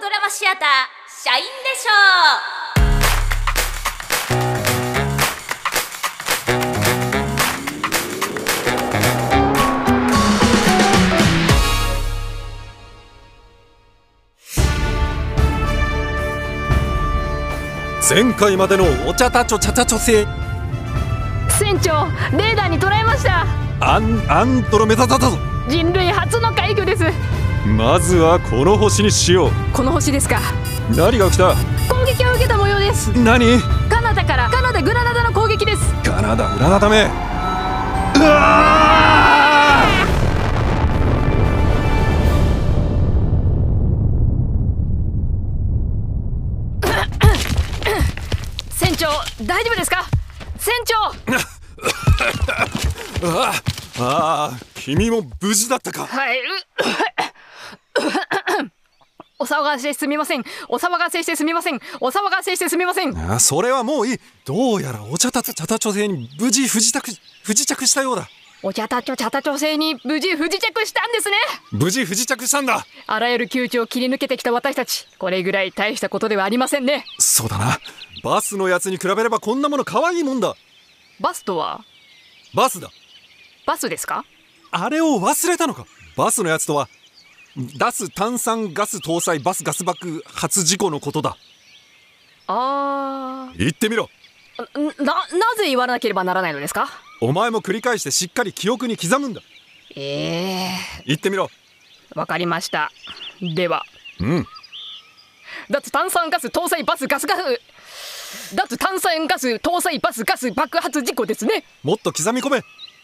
ドラマシアター社員でし前回までのお茶たちょちゃたちょせ船長レーダーに捉えましたアンアンドロメダだだぞ人類初の快挙ですまずはこの星にしよこの星ですかう何が起きた攻撃を受けた模様です何カナダからカナダグラナダの攻撃ですカナダ裏固めうわ船長大丈夫ですか船長ーあーあー君も無事だったかはいうお騒がせしてすみませんお騒がせしてすみませんお騒がせしてすみませんあそれはもういいどうやらお茶たちょちゃせに無事不時着不時着したようだお茶たちょちゃたちょ星に無事不時着したんですね無事不時着したんだあらゆる窮地を切り抜けてきた私たちこれぐらい大したことではありませんねそうだなバスのやつに比べればこんなもの可愛いもんだバスとはバスだバスですかあれを忘れたのかバスのやつとは脱炭酸ガス搭載バスガス爆発事故のことだあ言ってみろーななぜ言わなければならないのですかお前も繰り返してしっかり記憶に刻むんだええ言ってみろわかりましたではうん脱炭酸ガス搭載バスガスガス脱炭酸ガス搭載バスガス爆発事故ですねもっと刻み込め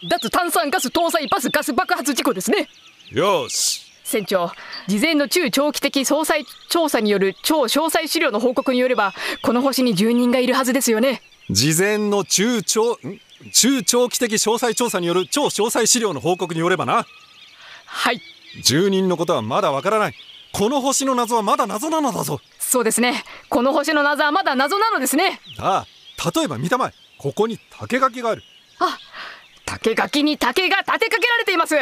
脱炭酸ガス搭載バスガス爆発事故ですねよーし船長事前の中長期的総裁調査による超詳細資料の報告によればこの星に住人がいるはずですよね事前の中長ん中長期的詳細調査による超詳細資料の報告によればなはい住人のことはまだわからないこの星の謎はまだ謎なのだぞそうですねこの星の謎はまだ謎なのですねああ例えば見たまえここに竹垣がある竹垣に竹が立てかけられています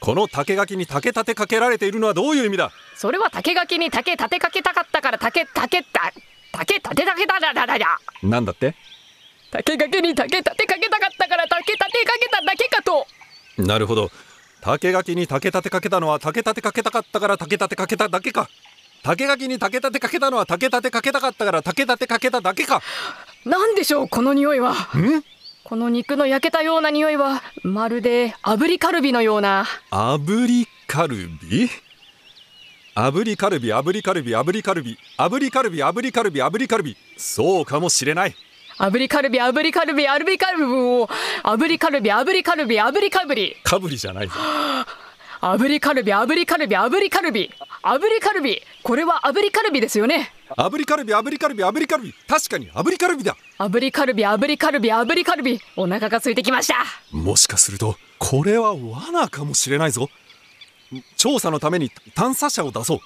この竹垣に竹立てかけられているのはどういう意味だそれは竹垣に竹立てかけたかったから竹竹た竹立てかけただだだだなんだって竹垣に竹立てかけたかったから竹立てかけただけかとなるほど竹垣に竹立てかけたのは竹立てかけたかったから竹立てかけただけか竹垣に竹立てかけたのは竹立てかけたかったから竹立てかけただけかなんでしょうこの匂いはんこの肉の焼けたような匂いはまるで炙りカルビのような炙りカルビ炙りカルビ炙りカルビ炙りカルビ炙りカルビ炙りカルビ炙りカルビそうかもしれない炙りカルビ炙りカルビ炙りカルビを炙りカルビ炙りカルビ炙りカルビかぶりじゃないぞ炙りカルビ炙りカルビ炙りカルビ炙りカルビこれは炙りカルビですよね炙りカルビ炙りカルビ炙りカルビ確かに炙りカルビだ炙りカルビ炙りカルビ炙りカルビお腹が空いてきましたもしかするとこれは罠かもしれないぞ調査のために探査車を出そう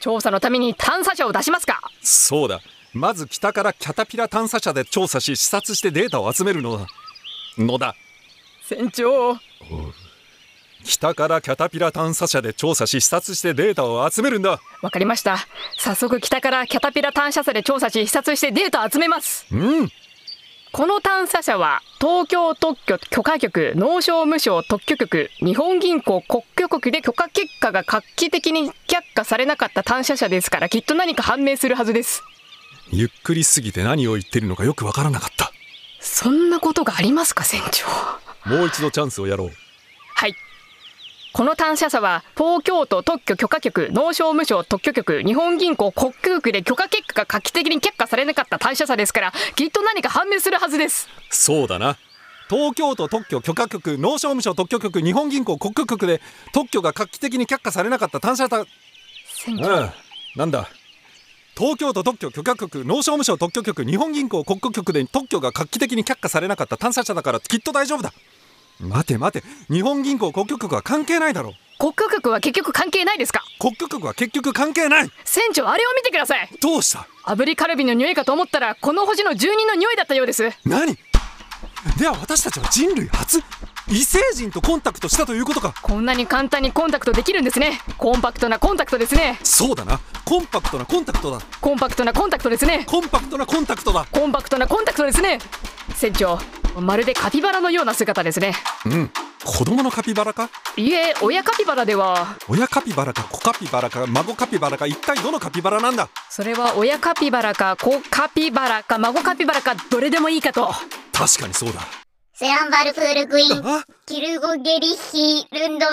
調査のために探査車を出しますかそうだまず北からキャタピラ探査車で調査し視察してデータを集めるのだのだ船長北からキャタピラ探査車で調査し視察してデータを集めるんだわかりました早速北からキャタピラ探査車で調査し視察してデータを集めますうんこの探査車は東京特許許可局農商務省特許局日本銀行国許局で許可結果が画期的に却下されなかった探査車ですからきっと何か判明するはずですゆっくりすぎて何を言ってるのかよくわからなかったそんなことがありますか船長もう一度チャンスをやろうはい。この探査車は東京都特許許可局農商務省特許局日本銀行国空局で許可結果が画期的に却下されなかった探査車ですからきっと何か判明するはずですそうだな東京都特許許可局農商務省特許局日本銀行国許局で特許が画期的に却下されなかった探査車船長うん、なんだ東京都特許許可局農商務省特許局日本銀行国庫局で特許が画期的に却下されなかった探査車だからきっと大丈夫だ待て待て日本銀行国庫局は関係ないだろう国空局は結局関係ないですか国庫局は結局関係ない船長あれを見てくださいどうした炙りカルビの匂いかと思ったらこの星の住人の匂いだったようです何では私たちは人類初異星人とコンタクトしたということかこんなに簡単にコンタクトできるんですねコンパクトなコンタクトですねそうだなコンパクトなコンタクトだコンパクトなコンタクトですねコンパクトなコンタクトだコンパクトなコンタクトですね船長まるでカピバラのような姿ですねうん子供のカピバラかいえ親カピバラでは親カピバラか子カピバラか孫カピバラか一体どのカピバラなんだそれは親カピバラか子カピバラか孫カピバラかどれでもいいかと確かにそうだセアンバルプールクイーン、あキルゴゲリヒルンド、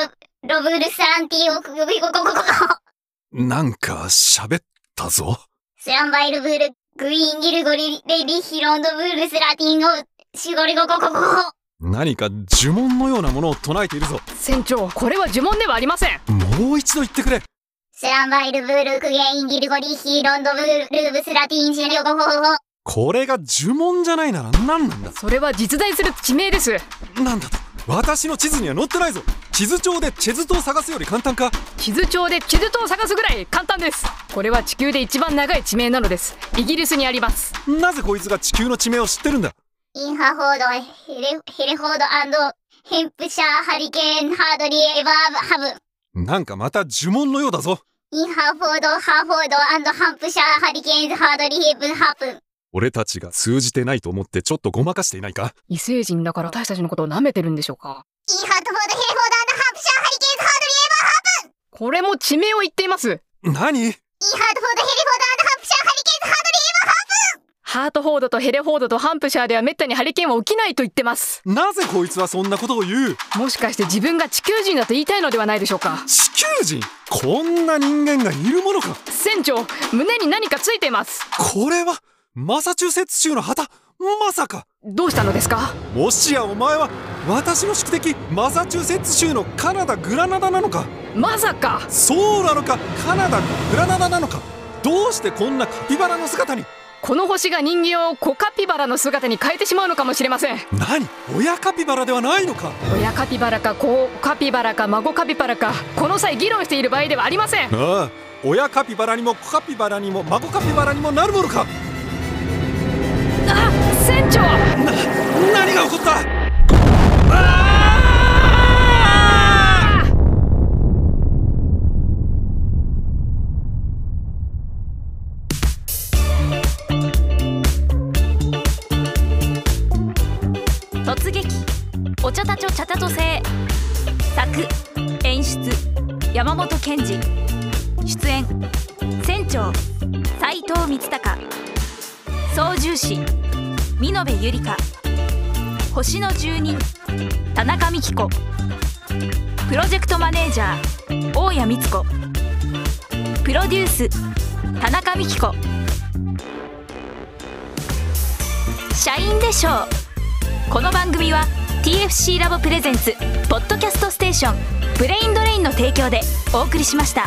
ロブルサンティオクグビゴゴゴゴゴなんか喋ったぞセアンバイルブールクイーンギルゴリレリヒロンドブールスラティンゴシゴリゴゴゴゴゴ何か呪文のようなものを唱えているぞ船長これは呪文ではありませんもう一度言ってくれセアンバイルブールクゲインギルゴリヒロンドブールブスラティンシゴゴゴゴゴこれが呪文じゃないなら何なんだそれは実在する地名ですなんだと私の地図には載ってないぞ地図帳でチェズ島を探すより簡単か地図帳で地図島を探すぐらい簡単ですこれは地球で一番長い地名なのですイギリスにありますなぜこいつが地球の地名を知ってるんだインハフォードヘレヘレフォードヘンプシャーハリケーンハードリーエバーハブなんかまた呪文のようだぞインハフォードハーフォードハンプシャーハリケーンハードリーブハープ俺たちが通じてないと思ってちょっとごまかしていないか異星人だから私たちのことを舐めてるんでしょうかインハートフォードヘレフォードハンプシャーハリケーンハードリーこれも地名を言っています何インハートフォードヘリフォードハンプシャーハリケーンハードリーハートフォードとヘレフォードとハンプシャーではめったにハリケーンは起きないと言ってますなぜこいつはそんなことを言うもしかして自分が地球人だと言いたいのではないでしょうか地球人こんな人間がいるものか船長胸に何かついていますこれはマサチューセッツ州の旗まさかどうしたのですかもしやお前は私の宿敵マサチューセッツ州のカナダグラナダなのかまさかそうなのかカナダグラナダなのかどうしてこんなカピバラの姿にこの星が人間をコカピバラの姿に変えてしまうのかもしれません何親カピバラではないのか親カピバラか子カピバラか孫カピバラかこの際議論している場合ではありませんああ親カピバラにも子カピバラにも孫カピバラにもなるものかあ船長何が起こった突撃お茶たちょ茶たとせ作演出山本賢治出演船長斉藤光孝操縦士美濃部ゆりか星の住人田中美希子プロジェクトマネージャー大谷光子プロデュース田中美希子社員でしょうこの番組は TFC ラボプレゼンツポッドキャストステーションブレインドレインの提供でお送りしました。